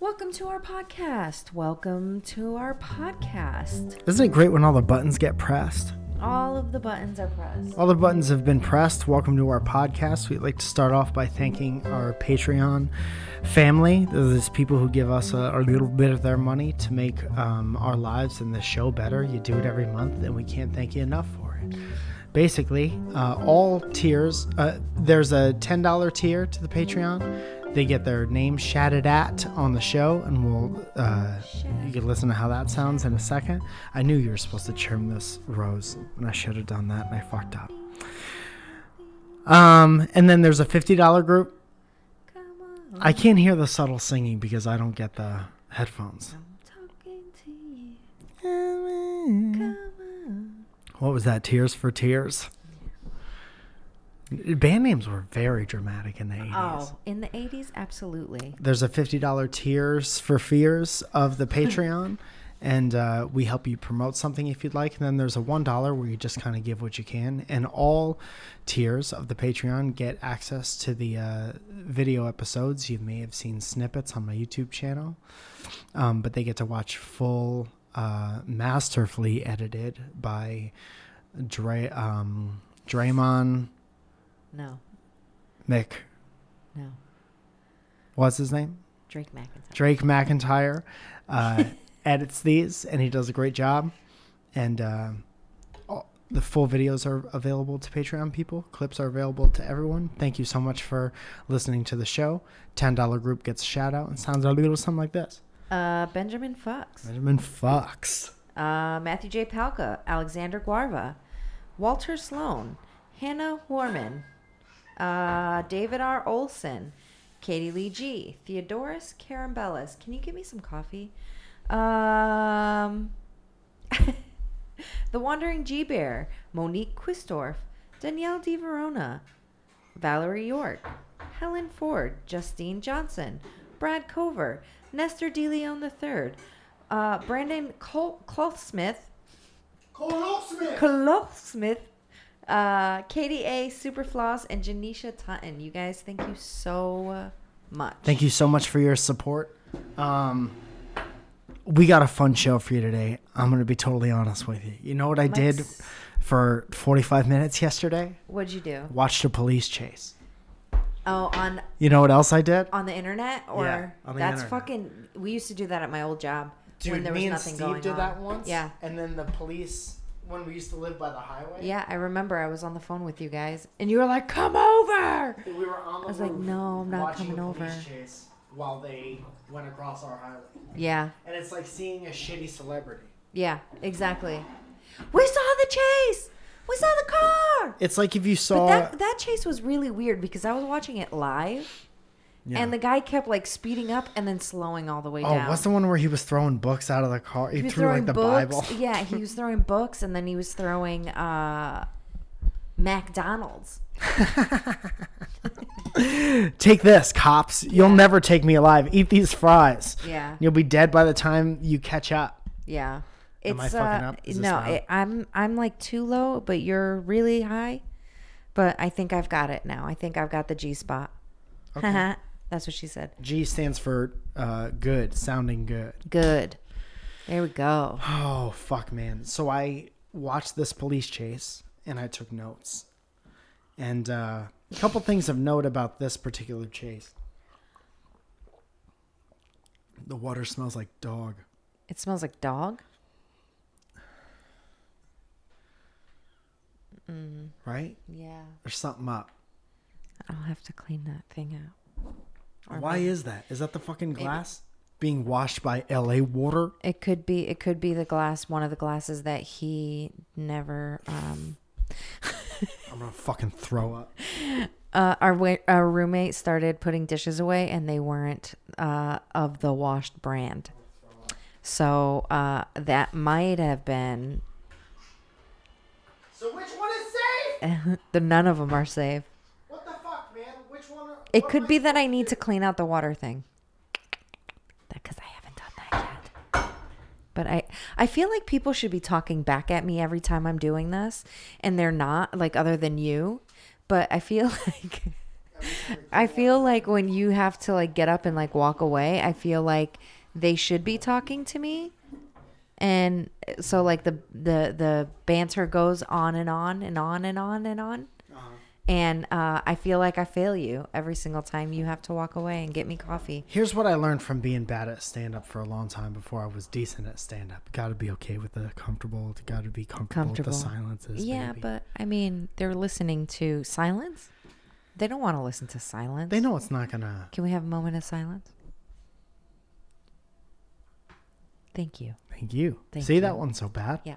Welcome to our podcast. Welcome to our podcast. Isn't it great when all the buttons get pressed? All of the buttons are pressed. All the buttons have been pressed. Welcome to our podcast. We'd like to start off by thanking our Patreon family. Those people who give us a, a little bit of their money to make um, our lives and the show better. You do it every month, and we can't thank you enough for it. Basically, uh, all tiers. Uh, there's a ten dollar tier to the Patreon. They get their name shouted at on the show, and we'll uh, you can listen to how that sounds in a second. I knew you were supposed to trim this rose, and I should have done that, and I fucked up. Um, and then there's a fifty dollar group. Come on, I can't hear the subtle singing because I don't get the headphones. I'm talking to you. What Come on. was that? Tears for Tears. Band names were very dramatic in the eighties. Oh, in the 80s, absolutely. there's a $50 tiers for fears of the patreon and uh, we help you promote something if you'd like and then there's a $1 where you just kind of give what you can and all tiers of the patreon get access to the uh, video episodes you may have seen snippets on my youtube channel um, but they get to watch full uh, masterfully edited by Dre, um, Draymond No, Mick. no. What's his name? Drake McIntyre. Drake McIntyre uh, edits these, and he does a great job. And uh, all, the full videos are available to Patreon people. Clips are available to everyone. Thank you so much for listening to the show. Ten dollar group gets a shout out and sounds a little something like this. Uh, Benjamin Fox. Benjamin Fox, Uh, Matthew J. Palka. Alexander Guarva. Walter Sloan. Hannah Warman. Uh, David R. Olson. Katie Lee G. Theodorus Carambellis. Can you give me some coffee? Um, the Wandering G Bear. Monique Quistorf. Danielle Di Verona. Valerie York, Helen Ford, Justine Johnson, Brad Cover, Nestor De Leon III, uh, Brandon Col- Clothsmith, Clothsmith, uh, Katie A. Superfloss, and Janisha Tutton. You guys, thank you so much. thank you so much for your support. Um, we got a fun show for you today. I'm gonna be totally honest with you. You know what I did Let's- for 45 minutes yesterday? What'd you do? Watched a police chase. Oh, on You know what else I did? on the internet or Yeah, on the that's internet. fucking. We used to do that at my old job when there was nothing going on. Yeah. and then the police when we used to live by the highway. Yeah, I remember I was on the phone with you guys, and you were like, "Come over." We were on the was like, roof "No, I'm not watching coming a police over." Chase while they went across our highway, Yeah, and it's like seeing a shitty celebrity. yeah, exactly. We saw the chase. We saw the car. It's like if you But saw. that that chase was really weird because I was watching it live, and the guy kept like speeding up and then slowing all the way oh, down. what's the one where he was throwing books out of the car? He, he was threw throwing like the books. Bible. yeah, he was throwing books, and then he was throwing uh, McDonald's. Take this, cops! You'll never take me alive. Eat these fries. Yeah. You'll be dead by the time you catch up. Yeah. It's, uh, Am I fucking up? Is this no, loud? it, I'm I'm like too low, but you're really high. But I think I've got it now. I think I've got the G spot. That's what she said. G stands for uh, good, sounding good. Good. There we go. Oh fuck, man! So I watched this police chase and I took notes. And uh, a couple things of note about this particular chase: the water smells like dog. It smells like dog. Right? Yeah. There's something up. I'll have to clean that thing out. Why is that? Is that the fucking glass being washed by L.A. water? It could be it could be the glass, one of the glasses that he never um I'm gonna fucking throw up. uh, our wa- our roommate started putting dishes away, and they weren't uh, of the washed brand. So uh, that might have been So which one is safe? the none of them are safe. What the fuck, man? Which one? Are, It could be that I need to clean out the water thing. Because I haven't done that yet. But I, I feel like people should be talking back at me every time I'm doing this, and they're not, like, other than you. But I feel like I feel like when you have to like get up and like walk away, I feel like they should be talking to me. And so like the the the banter goes on and on and on and on and on. And uh, I feel like I fail you every single time you have to walk away and get me coffee. Here's what I learned from being bad at stand up for a long time before I was decent at stand up. Got to be okay with the comfortable. Got to be comfortable, Comfortable. with the silences. Yeah, baby. but I mean, they're listening to silence. They don't want to listen to silence. they know it's not gonna. Can we have a moment of silence? Thank you. Thank you. Thank See that you. one so bad. Yeah.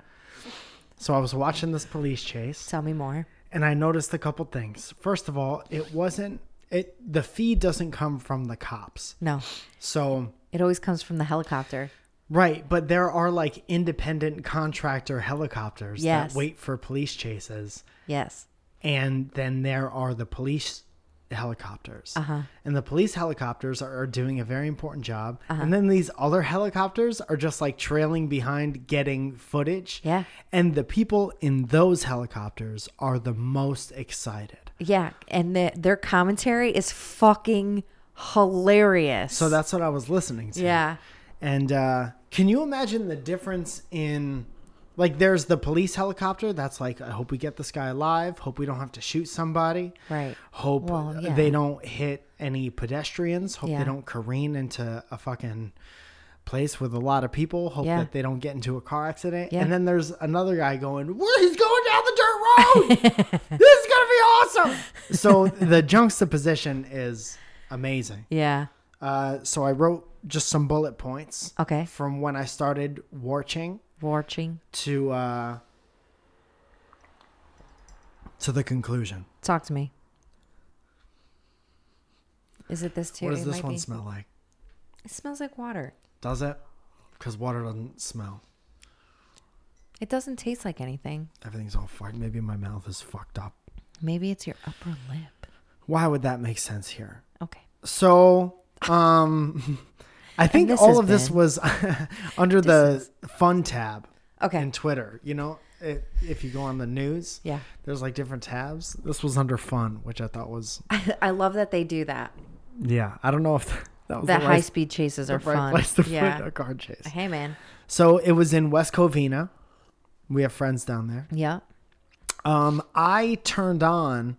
So I was watching this police chase, Tell me more. and I noticed a couple things. First of all, it wasn't it. The feed doesn't come from the cops. No, So it always comes from the helicopter. Right, but there are like independent contractor helicopters Yes. that wait for police chases, Yes. and then there are the police helicopters. Uh-huh. And the police helicopters are, are doing a very important job, Uh-huh. and then these other helicopters are just like trailing behind getting footage. Yeah. And the people in those helicopters are the most excited. Yeah, and the, their commentary is fucking hilarious. So that's what I was listening to. yeah. And uh, can you imagine the difference in, like, there's the police helicopter that's like, I hope we get this guy alive. Hope we don't have to shoot somebody. Right. Hope Well, yeah. they don't hit any pedestrians. Hope Yeah. they don't careen into a fucking place with a lot of people. Hope Yeah. that they don't get into a car accident. Yeah. And then there's another guy going, "Well, he's going down the dirt road. this is gonna be awesome. So the juxtaposition is amazing. Yeah. Uh, so I wrote just some bullet points. Okay. From when I started watching Watching. to uh, to the conclusion. Talk to me. Is it this too? what does It this might one be. smell like? It smells like water. Does it? Because water doesn't smell. It doesn't taste like anything. Everything's all fucked. Maybe my mouth is fucked up. Maybe it's your upper lip. Why would that make sense here? Okay. So, um, I think this all has of this been- was under the is- fun tab Okay. in Twitter. You know, it, if you go on the news, Yeah. there's like different tabs. This was under fun, which I thought was I love that they do that. yeah. I don't know if that, that was That the high right, speed chases are right fun. place to yeah. put a car chase. Hey man. So it was in West Covina. We have friends down there. Yeah. Um, I turned on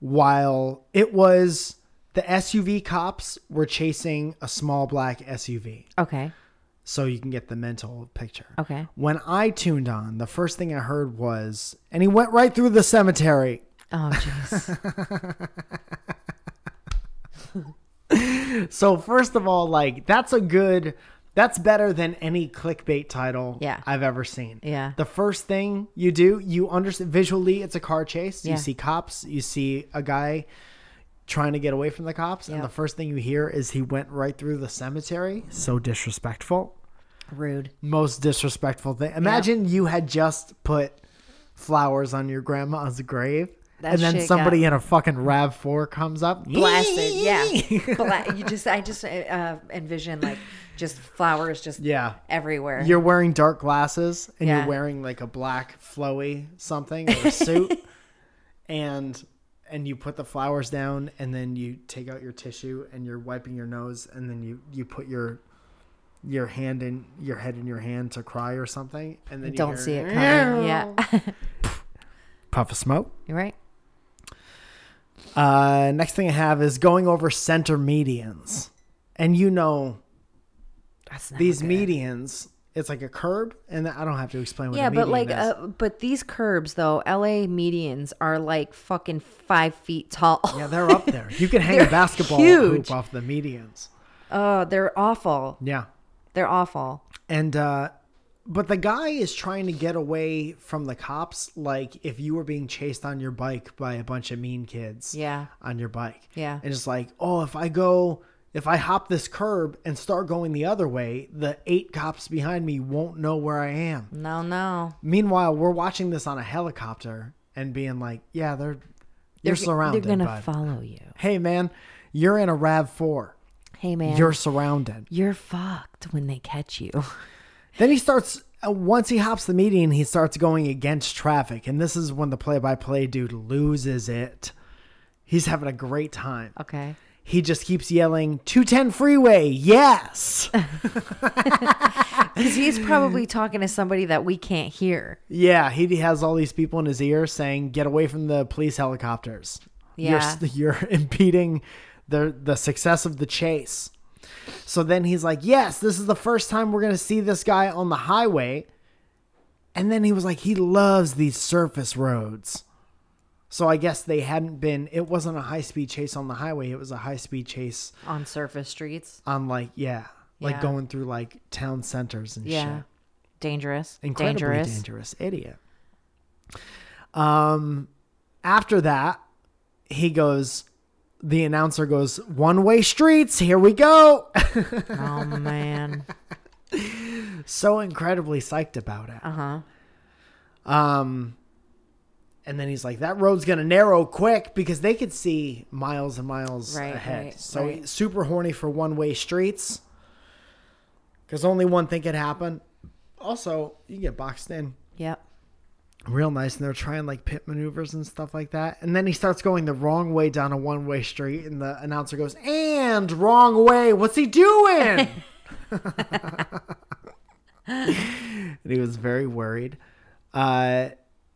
while it was the SUV cops were chasing a small black SUV, Okay. so you can get the mental picture. Okay. When I tuned on, the first thing I heard was, and he went right through the cemetery. Oh jeez. So first of all, like that's a good that's better than any clickbait title Yeah. I've ever seen. Yeah. The first thing you do, you understand visually it's a car chase. Yeah. You see cops, you see a guy trying to get away from the cops, Yeah. and the first thing you hear is he went right through the cemetery. So disrespectful. Rude. Most disrespectful thing. Imagine you had just put flowers on your grandma's grave. That and then shit somebody got- in a fucking RAV4 comes up. Blasted. Yeah. Bla- you just I just uh, envision like just flowers just Yeah. everywhere. You're wearing dark glasses and Yeah. you're wearing like a black flowy something or a suit and and you put the flowers down and then you take out your tissue and you're wiping your nose and then you you put your your hand in your head in your hand to cry or something and then you Don't hear, see it coming. Yeah. puff of smoke You're right. Uh, next thing I have is going over center medians. And you know, That's not these good. medians, it's like a curb, and I don't have to explain what Yeah, a median but like, is. uh, but these curbs though, LA medians are like fucking five feet tall. yeah, they're up there. You can hang a They're basketball huge. hoop off the medians. Oh, they're awful. Yeah. They're awful. And uh but the guy is trying to get away from the cops like if you were being chased on your bike by a bunch of mean kids Yeah. on your bike. Yeah. And it's like, oh, if I go if I hop this curb and start going the other way, the eight cops behind me won't know where I am. No, no. Meanwhile, we're watching this on a helicopter and being like, yeah, they're you're surrounded. They're gonna bud. follow you. hey man, you're in a Rav Four. Hey man, You're surrounded. you're fucked when they catch you. Then he starts uh, once he hops the median, he starts going against traffic, and this is when the play-by-play dude loses it. He's having a great time. Okay. He just keeps yelling, 210 freeway, yes. Because he's probably talking to somebody that we can't hear. yeah, he has all these people in his ear saying, get away from the police helicopters. Yeah. You're, you're impeding the, the success of the chase. So then he's like, yes, this is the first time we're going to see this guy on the highway. And then he was like, he loves these surface roads. So I guess they hadn't been, it wasn't a high speed chase on the highway. It was a high speed chase On surface streets. on like yeah, like Yeah. going through like town centers and Yeah. shit. Dangerous. Incredibly dangerous. dangerous. idiot. Um, after that, he goes. The announcer goes, "One way streets. Here we go." Oh, man. so incredibly psyched about it. Uh huh. Um, and then he's like, "That road's gonna narrow quick because they could see miles and miles Right, ahead." right, so right. super horny for one-way streets because only one thing could happen. Also, you get boxed in Yep. real nice, and they're trying like pit maneuvers and stuff like that. And then he starts going the wrong way down a one-way street, and the announcer goes, "And wrong way. What's he doing?" and he was very worried. Uh,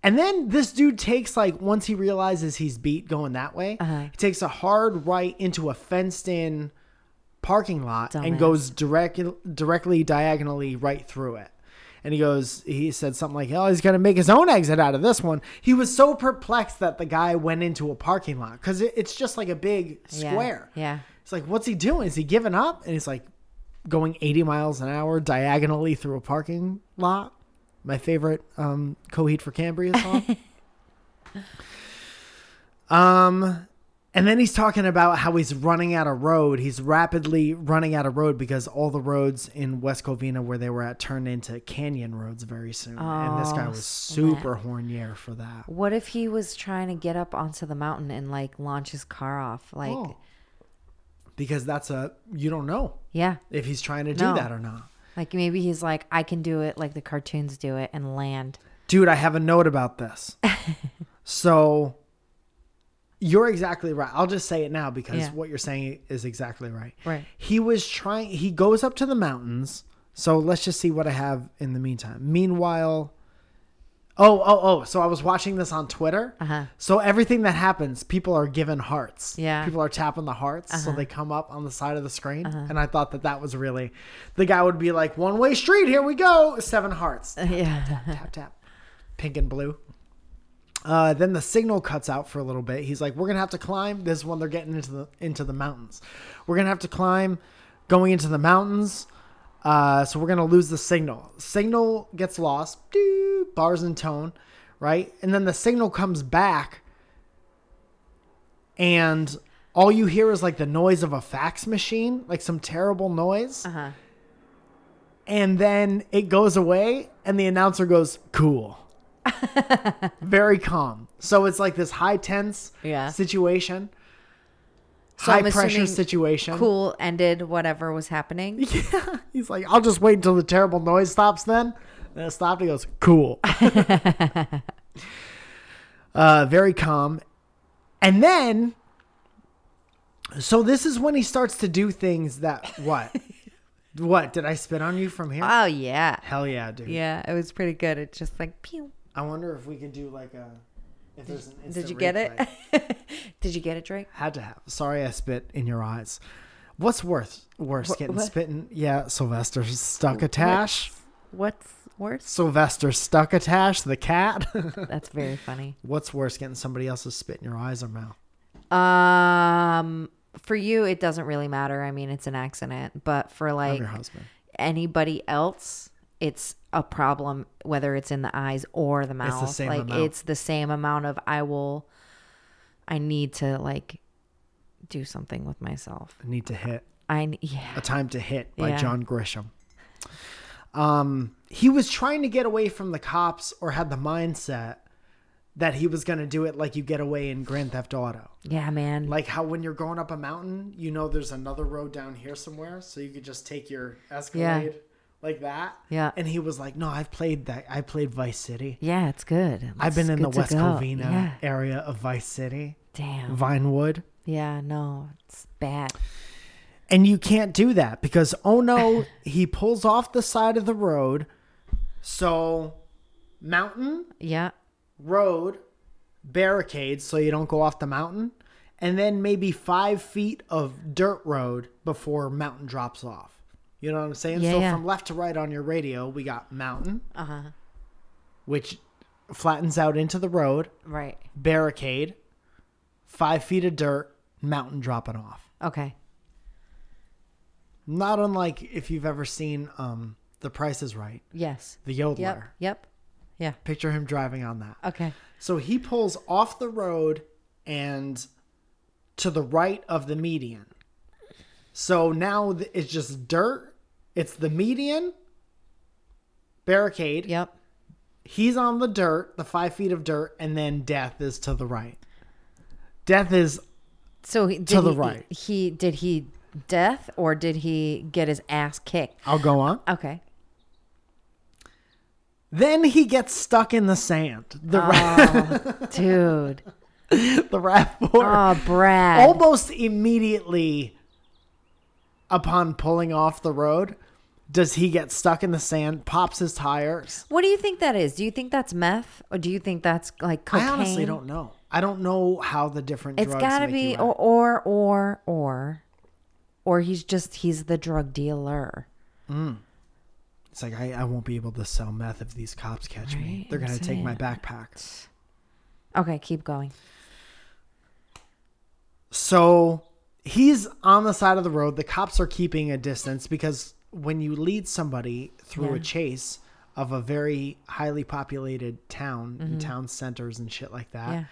and then this dude takes like once he realizes he's beat going that way, Uh-huh. he takes a hard right into a fenced-in parking lot and Dumbass. goes direct directly diagonally right through it. And he goes, he said something like, "Oh, he's gonna make his own exit out of this one." He was so perplexed that the guy went into a parking lot because it, it's just like a big Yeah. square. Yeah. It's like, what's he doing? Is he giving up? And he's like going 80 miles an hour diagonally through a parking lot. My favorite um, Coheed for Cambria song. um, and then he's talking about how he's running out of road. He's rapidly running out of road because all the roads in West Covina where they were at turned into canyon roads very soon. and this guy Oh, was snap. super hornier for that. What if he was trying to get up onto the mountain and like launch his car off? Like, Oh. Because that's a, you don't know yeah. if he's trying to do No. that or not. Like maybe he's like, I can do it like the cartoons do it and land. dude, I have a note about this. so you're exactly right. I'll just say it now because Yeah. what you're saying is exactly right. Right. He was trying, he goes up to the mountains. So let's just see what I have in the meantime. Meanwhile, oh, oh, oh. So I was watching this on Twitter. Uh-huh. So everything that happens, people are given hearts. Yeah. Uh-huh. People are tapping the hearts. So they come up on the side of the screen. And I thought that that was really, the guy would be like, one way street, here we go. Seven hearts Yeah. tap tap pink and blue uh, then the signal cuts out for a little bit he's like we're gonna have to climb this is when they're getting into the into the mountains we're gonna have to climb going into the mountains uh, so we're gonna lose the signal signal gets lost Doo, bars and tone right and then the signal comes back and all you hear is like the noise of a fax machine like some terrible noise Uh huh. and then it goes away and the announcer goes cool very calm so it's like this high tense Yeah. situation So high I'm pressure assuming situation Cool. Ended whatever was happening. yeah he's like i'll just wait until the terrible noise stops then and it stopped he goes cool uh, very calm and then so this is when he starts to do things that what what did i spit on you from here Oh yeah. hell yeah dude Yeah, it was pretty good. It's just like pew. I wonder if we could do like a. If there's an Did instant you get replay. it? Did you get it, Drake? Had to have. Sorry, I spit in your eyes. What's worse? Worse, Wha- getting what? spitting? Yeah, Sylvester Stuckatash. What's worse? Sylvester Stuckatash, the cat. That's very funny. What's worse, getting somebody else's spit in your eyes or mouth? Um, for you, it doesn't really matter. I mean, it's an accident, but for I'm like your husband. anybody else, it's a problem whether it's in the eyes or the mouth. same like amount. it's the same amount of I will. I need to like do something with myself. I need to hit. I n- yeah. A Time to Hit by Yeah. John Grisham. Um, he was trying to get away from the cops or had the mindset that he was going to do it like you get away in Grand Theft Auto. Yeah, man. Like how when you're going up a mountain, you know there's another road down here somewhere, so you could just take your Escalade like that. Yeah. And he was like, "No, I've played that. I played Vice City. yeah, it's good. I've It's been in the good to West go. Covina Yeah. area of Vice City. Damn. Vinewood. Yeah, no, it's bad. And you can't do that because oh no, he pulls off the side of the road. So mountain, Yeah. road, barricades so you don't go off the mountain, and then maybe five feet of dirt road before mountain drops off. You know what I'm saying? Yeah, so yeah. from left to right on your radio, we got mountain, Uh huh. which flattens out into the road, Right. barricade, five feet of dirt, mountain dropping off. Okay. Not unlike if you've ever seen um, The Price is Right, Yes. the yodeler. Yep. Yep. Yeah. Picture him driving on that. Okay. So he pulls off the road and to the right of the median. So now th- it's just dirt. It's the median, barricade. Yep. He's on the dirt, the five feet of dirt, and then death is to the right. Death is So he, did the he- right. He did he death or did he get his ass kicked? I'll go on. Okay. Then he gets stuck in the sand. The ra- Dude. the rapport. Oh, Brad. almost immediately upon pulling off the road does he get stuck in the sand pops his tires What do you think that is? Do you think that's meth or do you think that's like cocaine? i honestly don't know i don't know how the different It's drugs got to make be you or, or act. or or or he's just he's the drug dealer. it's like I, I won't be able to sell meth if these cops catch me Right, they're I'm gonna take my saying. backpack Okay, keep going. so he's on the side of the road the cops are keeping a distance because when you lead somebody through a Yeah. chase of a very highly populated town and town centers and shit like that Mm-hmm. Yeah.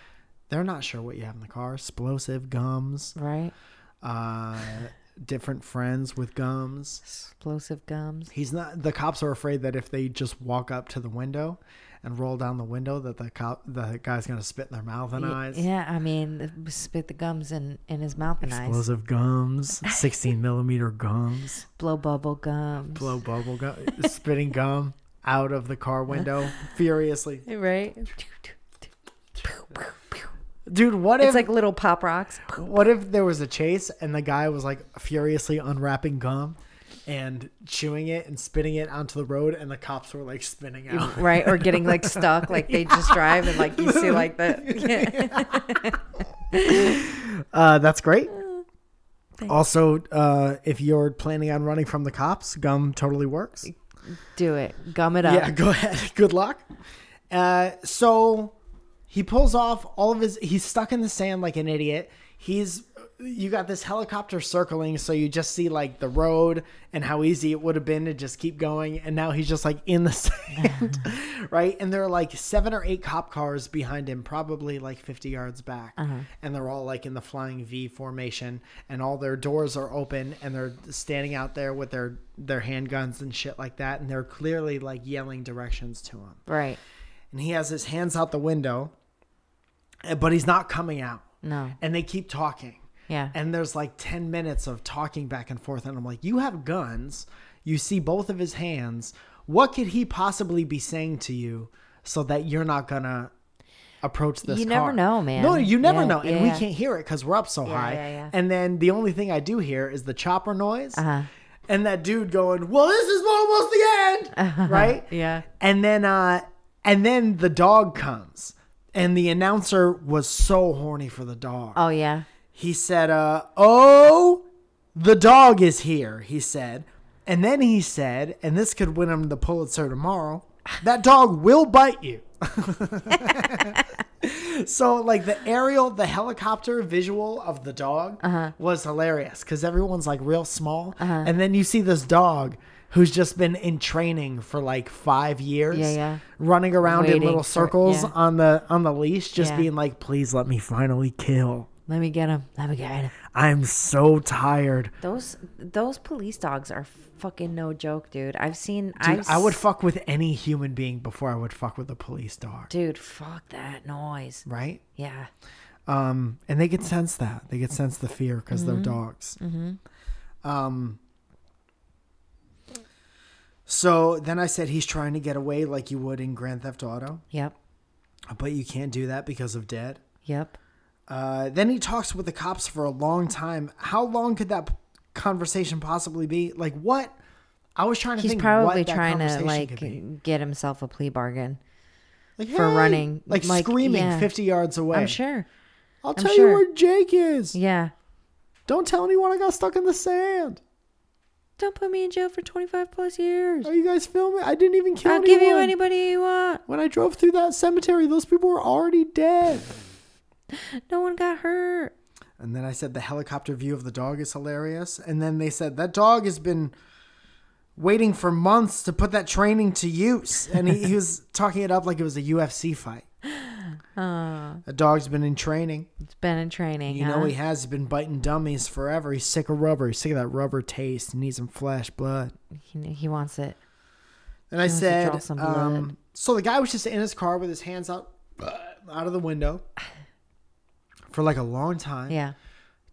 they're not sure what you have in the car explosive gums Right? uh different friends with gums Explosive gums. he's not the cops are afraid that if they just walk up to the window and roll down the window that the cop the guy's gonna spit in their mouth and Y- eyes Yeah, I mean, spit the gums in in his mouth and eyes. explosive gums 16 millimeter gums Blow bubble gums. blow bubble gum spitting gum out of the car window furiously Right? dude what if It's like little pop rocks. What if there was a chase and the guy was like furiously unwrapping gum and chewing it and spitting it onto the road and the cops were like spinning out? Right, or getting like stuck, like they just drive and like you see like that. Uh, that's great. Also, uh, if you're planning on running from the cops, gum totally works. Do it, gum it up. Yeah, go ahead. Good luck. Uh, so he pulls off all of his. He's stuck in the sand like an idiot. He's. You got this helicopter circling, so you just see like the road and how easy it would have been to just keep going. And now he's just like in the sand, right? And there are like seven or eight cop cars behind him, probably like 50 yards back. And they're all like in the flying V formation, and all their doors are open, and they're standing out there with their, their handguns and shit like that. And they're clearly like yelling directions to him Right. and he has his hands out the window, eh, but he's not coming out. No. And they keep talking. Yeah. And there's like 10 minutes of talking back and forth. And I'm like, you have guns. You see both of his hands. What could he possibly be saying to you so that you're not going to approach this You never car? know, man. No, you never Yeah, know. And yeah. we can't hear it because we're up so high. yeah, yeah. And then the only thing I do hear is the chopper noise. Uh-huh. And that dude going, well, this is almost the end. Right? Yeah. and then uh and then the dog comes and the announcer was so horny for the dog Oh yeah. he said uh oh the dog is here he said and then he said and this could win him the pulitzer tomorrow that dog will bite you so like the aerial the helicopter visual of the dog Uh-huh. was hilarious because everyone's like real small and then you see this dog who's just been in training for like five years Yeah, yeah. running around in Waiting little for- circles yeah. on the on the leash just Yeah. being like please let me finally kill Let me get him. Let me get him. I'm so tired. Those those police dogs are fucking no joke, dude. I've seen. Dude, I've I would s- fuck with any human being before I would fuck with a police dog, dude, fuck that noise. right? Yeah. Um, and they could sense that. They could sense the fear because Mm-hmm. they're dogs. Um, so then I said he's trying to get away like you would in Grand Theft Auto, Yep. but you can't do that because of dead. Yep. Uh, then he talks with the cops for a long time. How long could that p- conversation possibly be? Like what? I was trying to He's think. probably what that trying to conversation could be. like get himself a plea bargain. Like, for "Hey," running, like, like, screaming yeah. 50 yards away. I'm sure. I'll I'm tell sure. you where Jake is. Yeah. Don't tell anyone I got stuck in the sand. Don't put me in jail for 25 plus years. Are you guys filming? I didn't even kill I'll anyone. give you anybody you want. When I drove through that cemetery, those people were already dead. No one got hurt. And then I said the helicopter view of the dog is hilarious. And then they said that dog has been waiting for months to put that training to use. And he, he was talking it up like it was a UFC fight. Oh, A dog's been in training. it's been in training. You huh? know he has. He's been biting dummies forever. He's sick of rubber. He's sick of that rubber taste. He needs some flesh, blood. he, he wants it. And I wants to draw said, some blood. um, so the guy was just in his car with his hands out out of the window for like a long time. Yeah.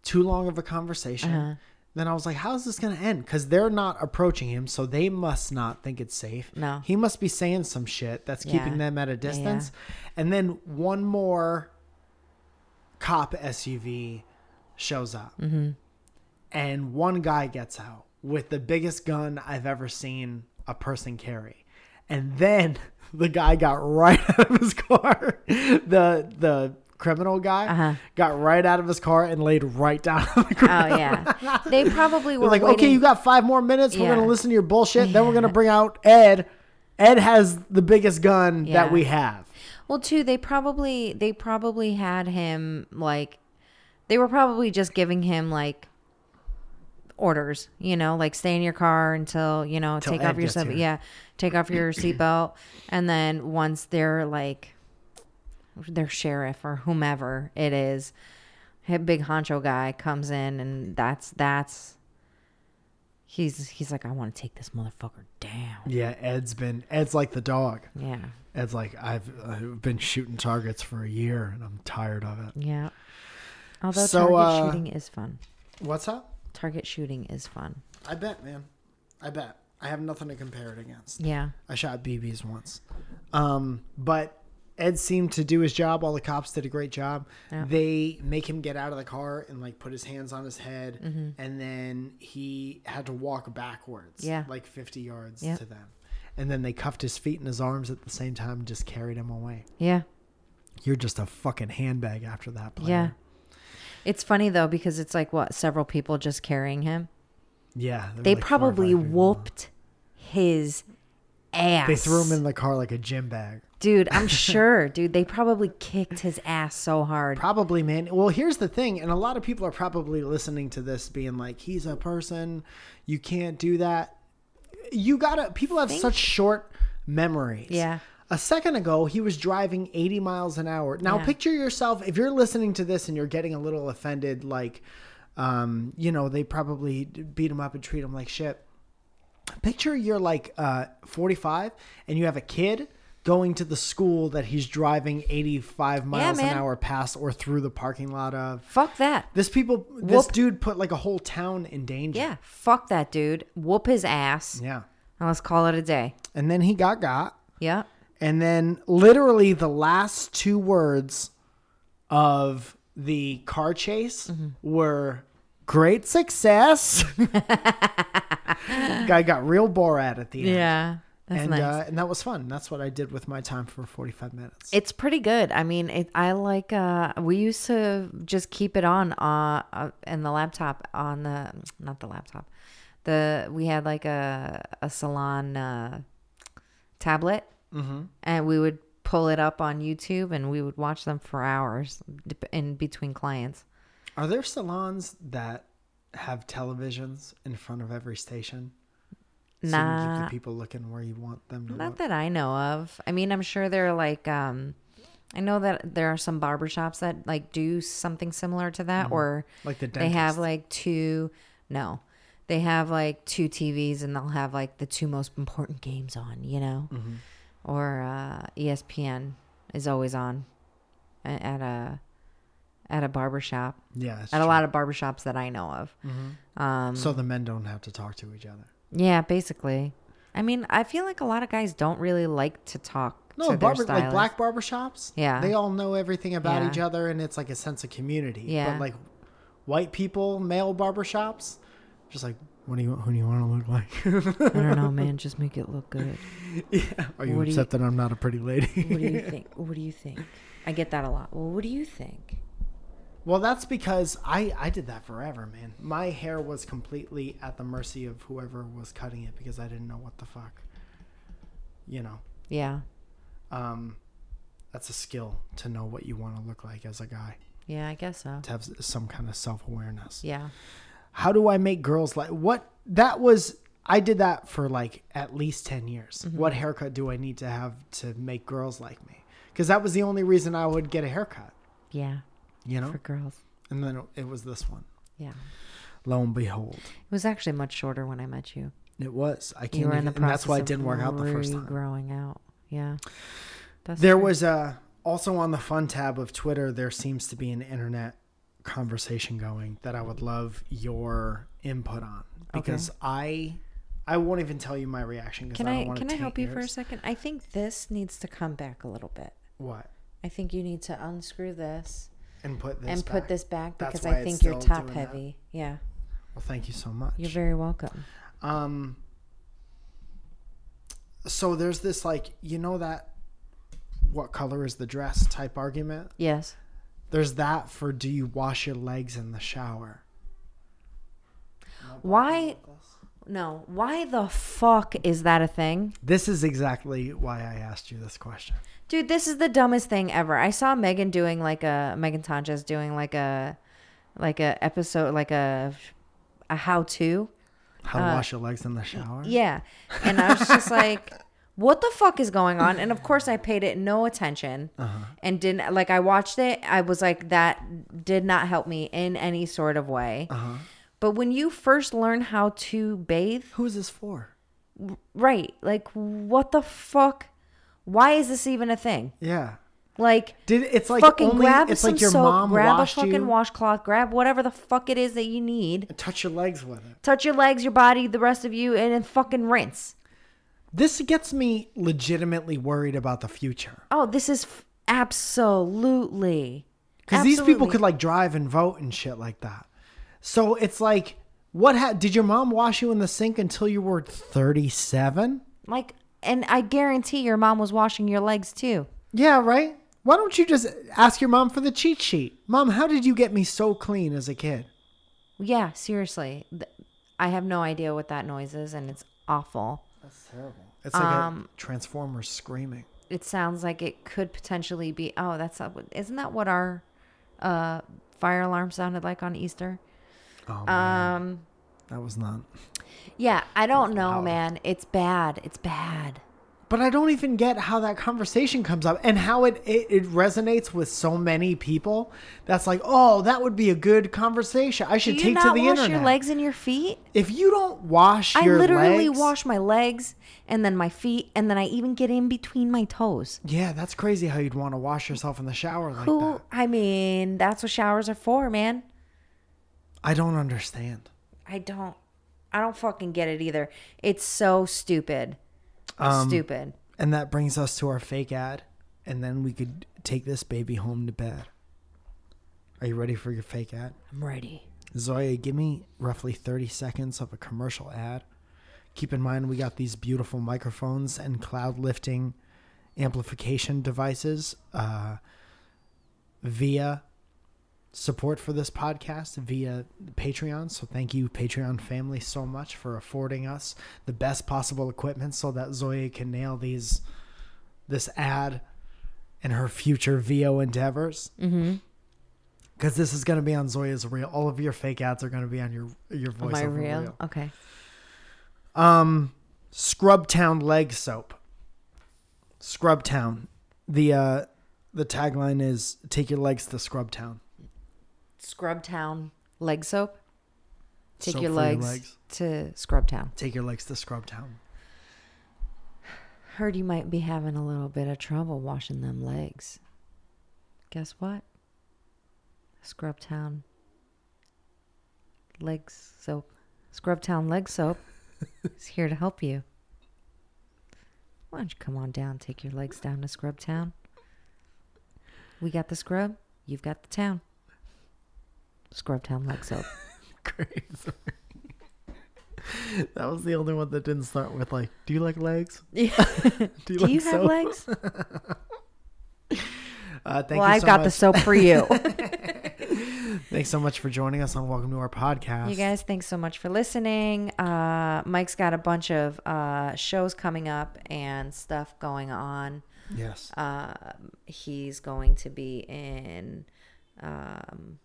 Too long of a conversation. Uh-huh. Then I was like, how's this going to end? Because they're not approaching him, so they must not think it's safe. No. He must be saying some shit that's keeping Yeah. them at a Yeah, yeah. distance. And then one more cop SUV shows up. Mm-hmm. And one guy gets out with the biggest gun I've ever seen a person carry. And then the guy got right out of his car. The the criminal guy Uh-huh. got right out of his car and laid right down on the ground. Oh, yeah. they probably were They're like, okay, waiting- you got five more minutes. We're Yeah. gonna listen to your bullshit. Then we're gonna Yeah. bring out Ed. Ed has the biggest gun Yeah. that we have. Well, too, they probably they probably had him like they were probably just giving him like orders, you know, like stay in your car until, you know, Till take Ed off your gets sub- here. yeah, take off your seatbelt and then once they're like their sheriff or whomever it is, a big honcho guy comes in and that's that's he's he's like I want to take this motherfucker down. Yeah, Ed's been Ed's like the dog. Yeah. Ed's like I've, I've been shooting targets for a year and I'm tired of it. Yeah. Although So, target uh, shooting is fun. What's up? target shooting is fun. I bet, man. I bet. I have nothing to compare it against. Yeah. I shot BBs once. Um, but Ed seemed to do his job. All the cops did a great job. Yeah. They make him get out of the car and like put his hands on his head, Mm-hmm. and then he had to walk backwards, Yeah. like fifty yards Yeah. to them. And then they cuffed his feet and his arms at the same time, and just carried him away. Yeah. You're just a fucking handbag after that player. Yeah. It's funny though because it's like what several people just carrying him. yeah. there were, They like, four or probably five people. whooped his ass. They threw him in the car like a gym bag. Dude, I'm sure, dude. They probably kicked his ass so hard. Probably, man. Well, here's the thing, and a lot of people are probably listening to this, being like, "He's a person. You can't do that. You gotta." People have such short memories. Yeah. A second ago, he was driving 80 miles an hour. Now, Yeah. picture yourself if you're listening to this and you're getting a little offended, like, um, you know, they probably beat him up and treat him like shit picture you're like uh, 45 and you have a kid going to the school that he's driving 85 miles an man. hour past or through the parking lot of Fuck that. this people this Whoop. dude put like a whole town in danger Yeah. Fuck that, dude. Whoop his ass. yeah And let's call it a day. and then he got got Yeah. and then literally the last two words of the car chase Mm-hmm. were great success guy got real borat at the end Yeah. That's and nice. uh, and that was fun. That's what I did with my time for 45 minutes. It's pretty good. I mean, it, I like. Uh, we used to just keep it on uh, uh, in the laptop on the not the laptop. The we had like a a salon uh, tablet, Mm-hmm. and we would pull it up on YouTube, and we would watch them for hours dep- in between clients. Are there salons that have televisions in front of every station? So you can keep Nah, the people looking where you want them to not look. that I know of. I mean, I'm sure they're like. Um, I know that there are some barbershops that like do something similar to that, Mm-hmm. or Like the they dentist. have like two no they have like two tvs and they'll have like the two most important games on you know Mm-hmm. or uh, espn is always on a- at a at a barbershop yeah, that's at a true. Mm-hmm. lot of barbershops that i know of um, so the men don't have to talk to each other. yeah basically i mean i feel like a lot of guys don't really like to talk to No, their barber, like stylist. black barbershops. Yeah. They all know everything about Yeah. each other and it's like a sense of community. Yeah. But like white people, male barbershops, just like, what do you, who do you want to look like? I don't know, man. Just make it look good. yeah. Are you What do you- upset that I'm not a pretty What do lady? you think? What do you think? I get that a lot. Well, what do you think? well, that's because I, I did that forever, man. My hair was completely at the mercy of whoever was cutting it because I didn't know what the fuck, you know. Yeah, um, that's a skill to know what you want to look like as a guy yeah, I guess so. to have s- some kind of self-awareness Yeah, how do i make girls like what that was i did that for like at least 10 years Mm-hmm. what haircut do i need to have to make girls like me because that was the only reason i would get a haircut yeah, you know for girls. and then it was this one Yeah, it lo and behold was actually much shorter when I met you. it was i can't You were in even- the and process. that's why it of didn't work out the first time Growing out. Yeah. That's There true. was uh also on the fun tab of Twitter. There seems to be an internet conversation going that I would love your input on because I I won't even tell you my reaction because Can I don't I want to can I help you for a yours. second? I think this needs to come back a little bit. What I think you need to unscrew this and put this and put back. this back That's because why I it's think you're still top doing that. heavy. Yeah. Well, thank you so much. You're very welcome. um. So there's this like you know that what color is the dress type argument. Yes. There's that for do you wash your legs in the shower? Why no, why the fuck is that a thing? This is exactly why I asked you this question. Dude, this is the dumbest thing ever. I saw Megan doing like a Megan Tanjas doing like a like a episode like a a how to. How to wash your legs in the shower? Uh, Yeah. And I was just like, what the fuck is going on? And of course, I paid it no attention and didn't like, I watched it. I was like, that did not help me in any sort of way. Uh-huh. But when you first learn how to bathe, Who is this for? right, like, what the fuck? Why is this even a thing? Yeah. Like, Did it's like fucking only grab it's some like your soap, mom grab a washed fucking you washcloth, grab whatever the fuck it is that you need, and touch your legs with it. touch your legs, your body, the rest of you, and then fucking rinse. This gets me legitimately worried about the future. Oh, this is f- absolutely. Cuz these people absolutely. could like drive and vote and shit like that. So it's like what ha- did your mom wash you in the sink until you were 37? like, and I guarantee your mom was washing your legs too. Yeah, right? Why don't you just ask your mom for the cheat sheet? Mom, how did you get me so clean as a kid? Yeah, seriously, Th- I have no idea what that noise is, and it's awful. That's terrible. It's like Um, a transformer screaming. It sounds like it could potentially be. Oh, that's not what. Isn't that what our uh, fire alarm sounded like on Easter? Oh, Um, that was not. yeah, I don't know, loud. man. It's bad. It's bad. But I don't even get how that conversation comes up and how it, it, it resonates with so many people. That's like, oh, that would be a good conversation. I Do should you take to not the wash internet. your legs and your feet? If you don't wash I your literally legs, wash my legs and then my feet, and then I even get in between my toes. Yeah, that's crazy how you'd want to wash yourself in the shower like Who? that. I mean, that's what showers are for, man. I don't understand. I don't, I don't fucking get it either. It's so stupid, Um, stupid. And that brings us to our fake ad, and then we could take this baby home to bed. Are you ready for your fake ad? I'm ready. Zoya, give me roughly 30 seconds of a commercial ad. Keep in mind, we got these beautiful microphones and cloud lifting amplification devices uh, via support for this podcast via Patreon. So, thank you, Patreon family, so much for affording us the best possible equipment so that Zoya can nail these this ad and her future VO endeavors Mm-hmm. because this is going to be on Zoya's reel. All of your fake ads are going to be on your your voice. Am I over real? reel. Okay. Scrubtown Um, leg soap. Scrubtown. The uh, the tagline is "Take your legs to Scrubtown." Scrub Town leg soap. Take Soap your for your legs, legs. to Scrub Town. Take your legs to Scrubtown. Heard you might be having a little bit of trouble washing them legs. Guess what? Scrub Town leg soap. Scrub Town leg soap is here to help you. Why don't you come on down, take your legs down to Scrub Town? We got the scrub, you've got the town. Scrub Town leg soap. Crazy. that was the only one that didn't start with like, "Do you like legs? Yeah. Do Do you like you have soap?" legs? Uh, thank well, you I've so got much. the soap for you. Thanks so much for joining us on Welcome to Our Podcast. You guys, thanks so much for listening. Uh, Mike's got a bunch of uh, shows coming up and stuff going on. Yes. Uh, he's going to be in um,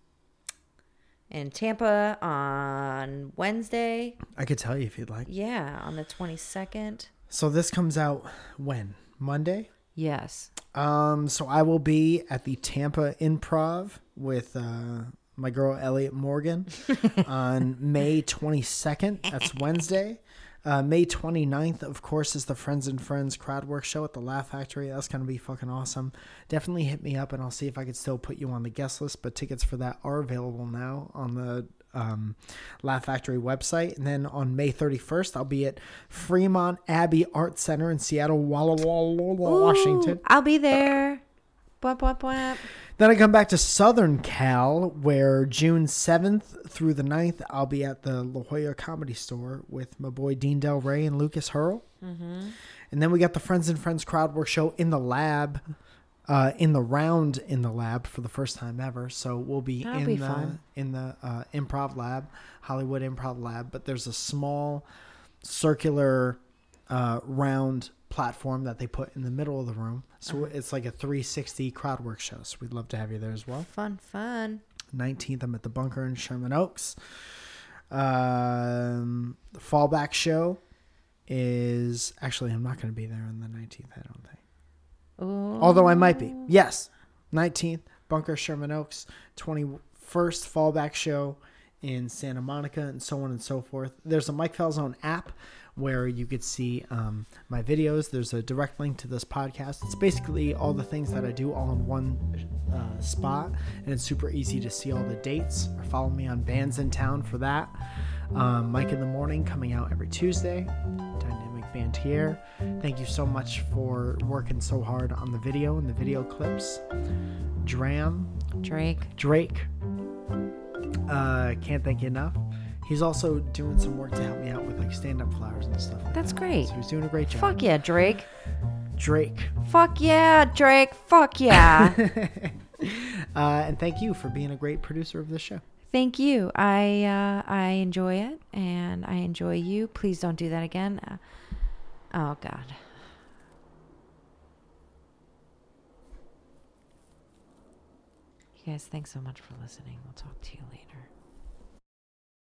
in Tampa on Wednesday. I could tell you if you'd like. Yeah, on the twenty second. So this comes out when? Monday? Yes. Um, so I will be at the Tampa Improv with uh, my girl Elliot Morgan on May 22nd. That's Wednesday. Uh, May 29th, of course, is the Friends and Friends crowd work show at the Laugh Factory. That's going to be fucking awesome. Definitely hit me up and I'll see if I could still put you on the guest list. But tickets for that are available now on the um, Laugh Factory website. And then on May 31st, I'll be at Fremont Abbey Art Center in Seattle, Walla Walla, Walla Washington. Ooh, I'll be there. Bwah, bwah, bwah. Then I come back to Southern Cal, where June 7th through the 9th, I'll be at the La Jolla Comedy Store with my boy Dean Del Rey and Lucas Hurl. Mm-hmm. And then we got the Friends and Friends crowd work show in the lab, uh, in the round in the lab for the first time ever. So we'll be That'll in be the fun. in the uh, improv lab, Hollywood Improv Lab. But there's a small circular uh, round platform that they put in the middle of the room. So it's like a 360 crowd work show. So we'd love to have you there as well. Fun, fun. 19th, I'm at the Bunker in Sherman Oaks. Um, the fallback show is actually, I'm not going to be there on the 19th, I don't think. Ooh. Although I might be. Yes. 19th, Bunker Sherman Oaks. 21st, Fallback Show in Santa Monica, and so on and so forth. There's a Mike Falzone app where you could see um, my videos. There's a direct link to this podcast. It's basically all the things that I do all in one uh, spot, and it's super easy to see all the dates. Or follow me on Bands in Town for that. Um, Mike in the Morning coming out every Tuesday. Dynamic Band here. Thank you so much for working so hard on the video and the video clips. Dram, Drake. Drake, uh, can't thank you enough. He's also doing some work to help me out with like stand up flowers and stuff. Like That's that. great. So he's doing a great job. Fuck yeah, Drake. Drake. Fuck yeah, Drake. Fuck yeah. Uh, and thank you for being a great producer of this show. Thank you. I uh, I enjoy it, and I enjoy you. Please don't do that again. Uh, oh God. You guys, thanks so much for listening. We'll talk to you later.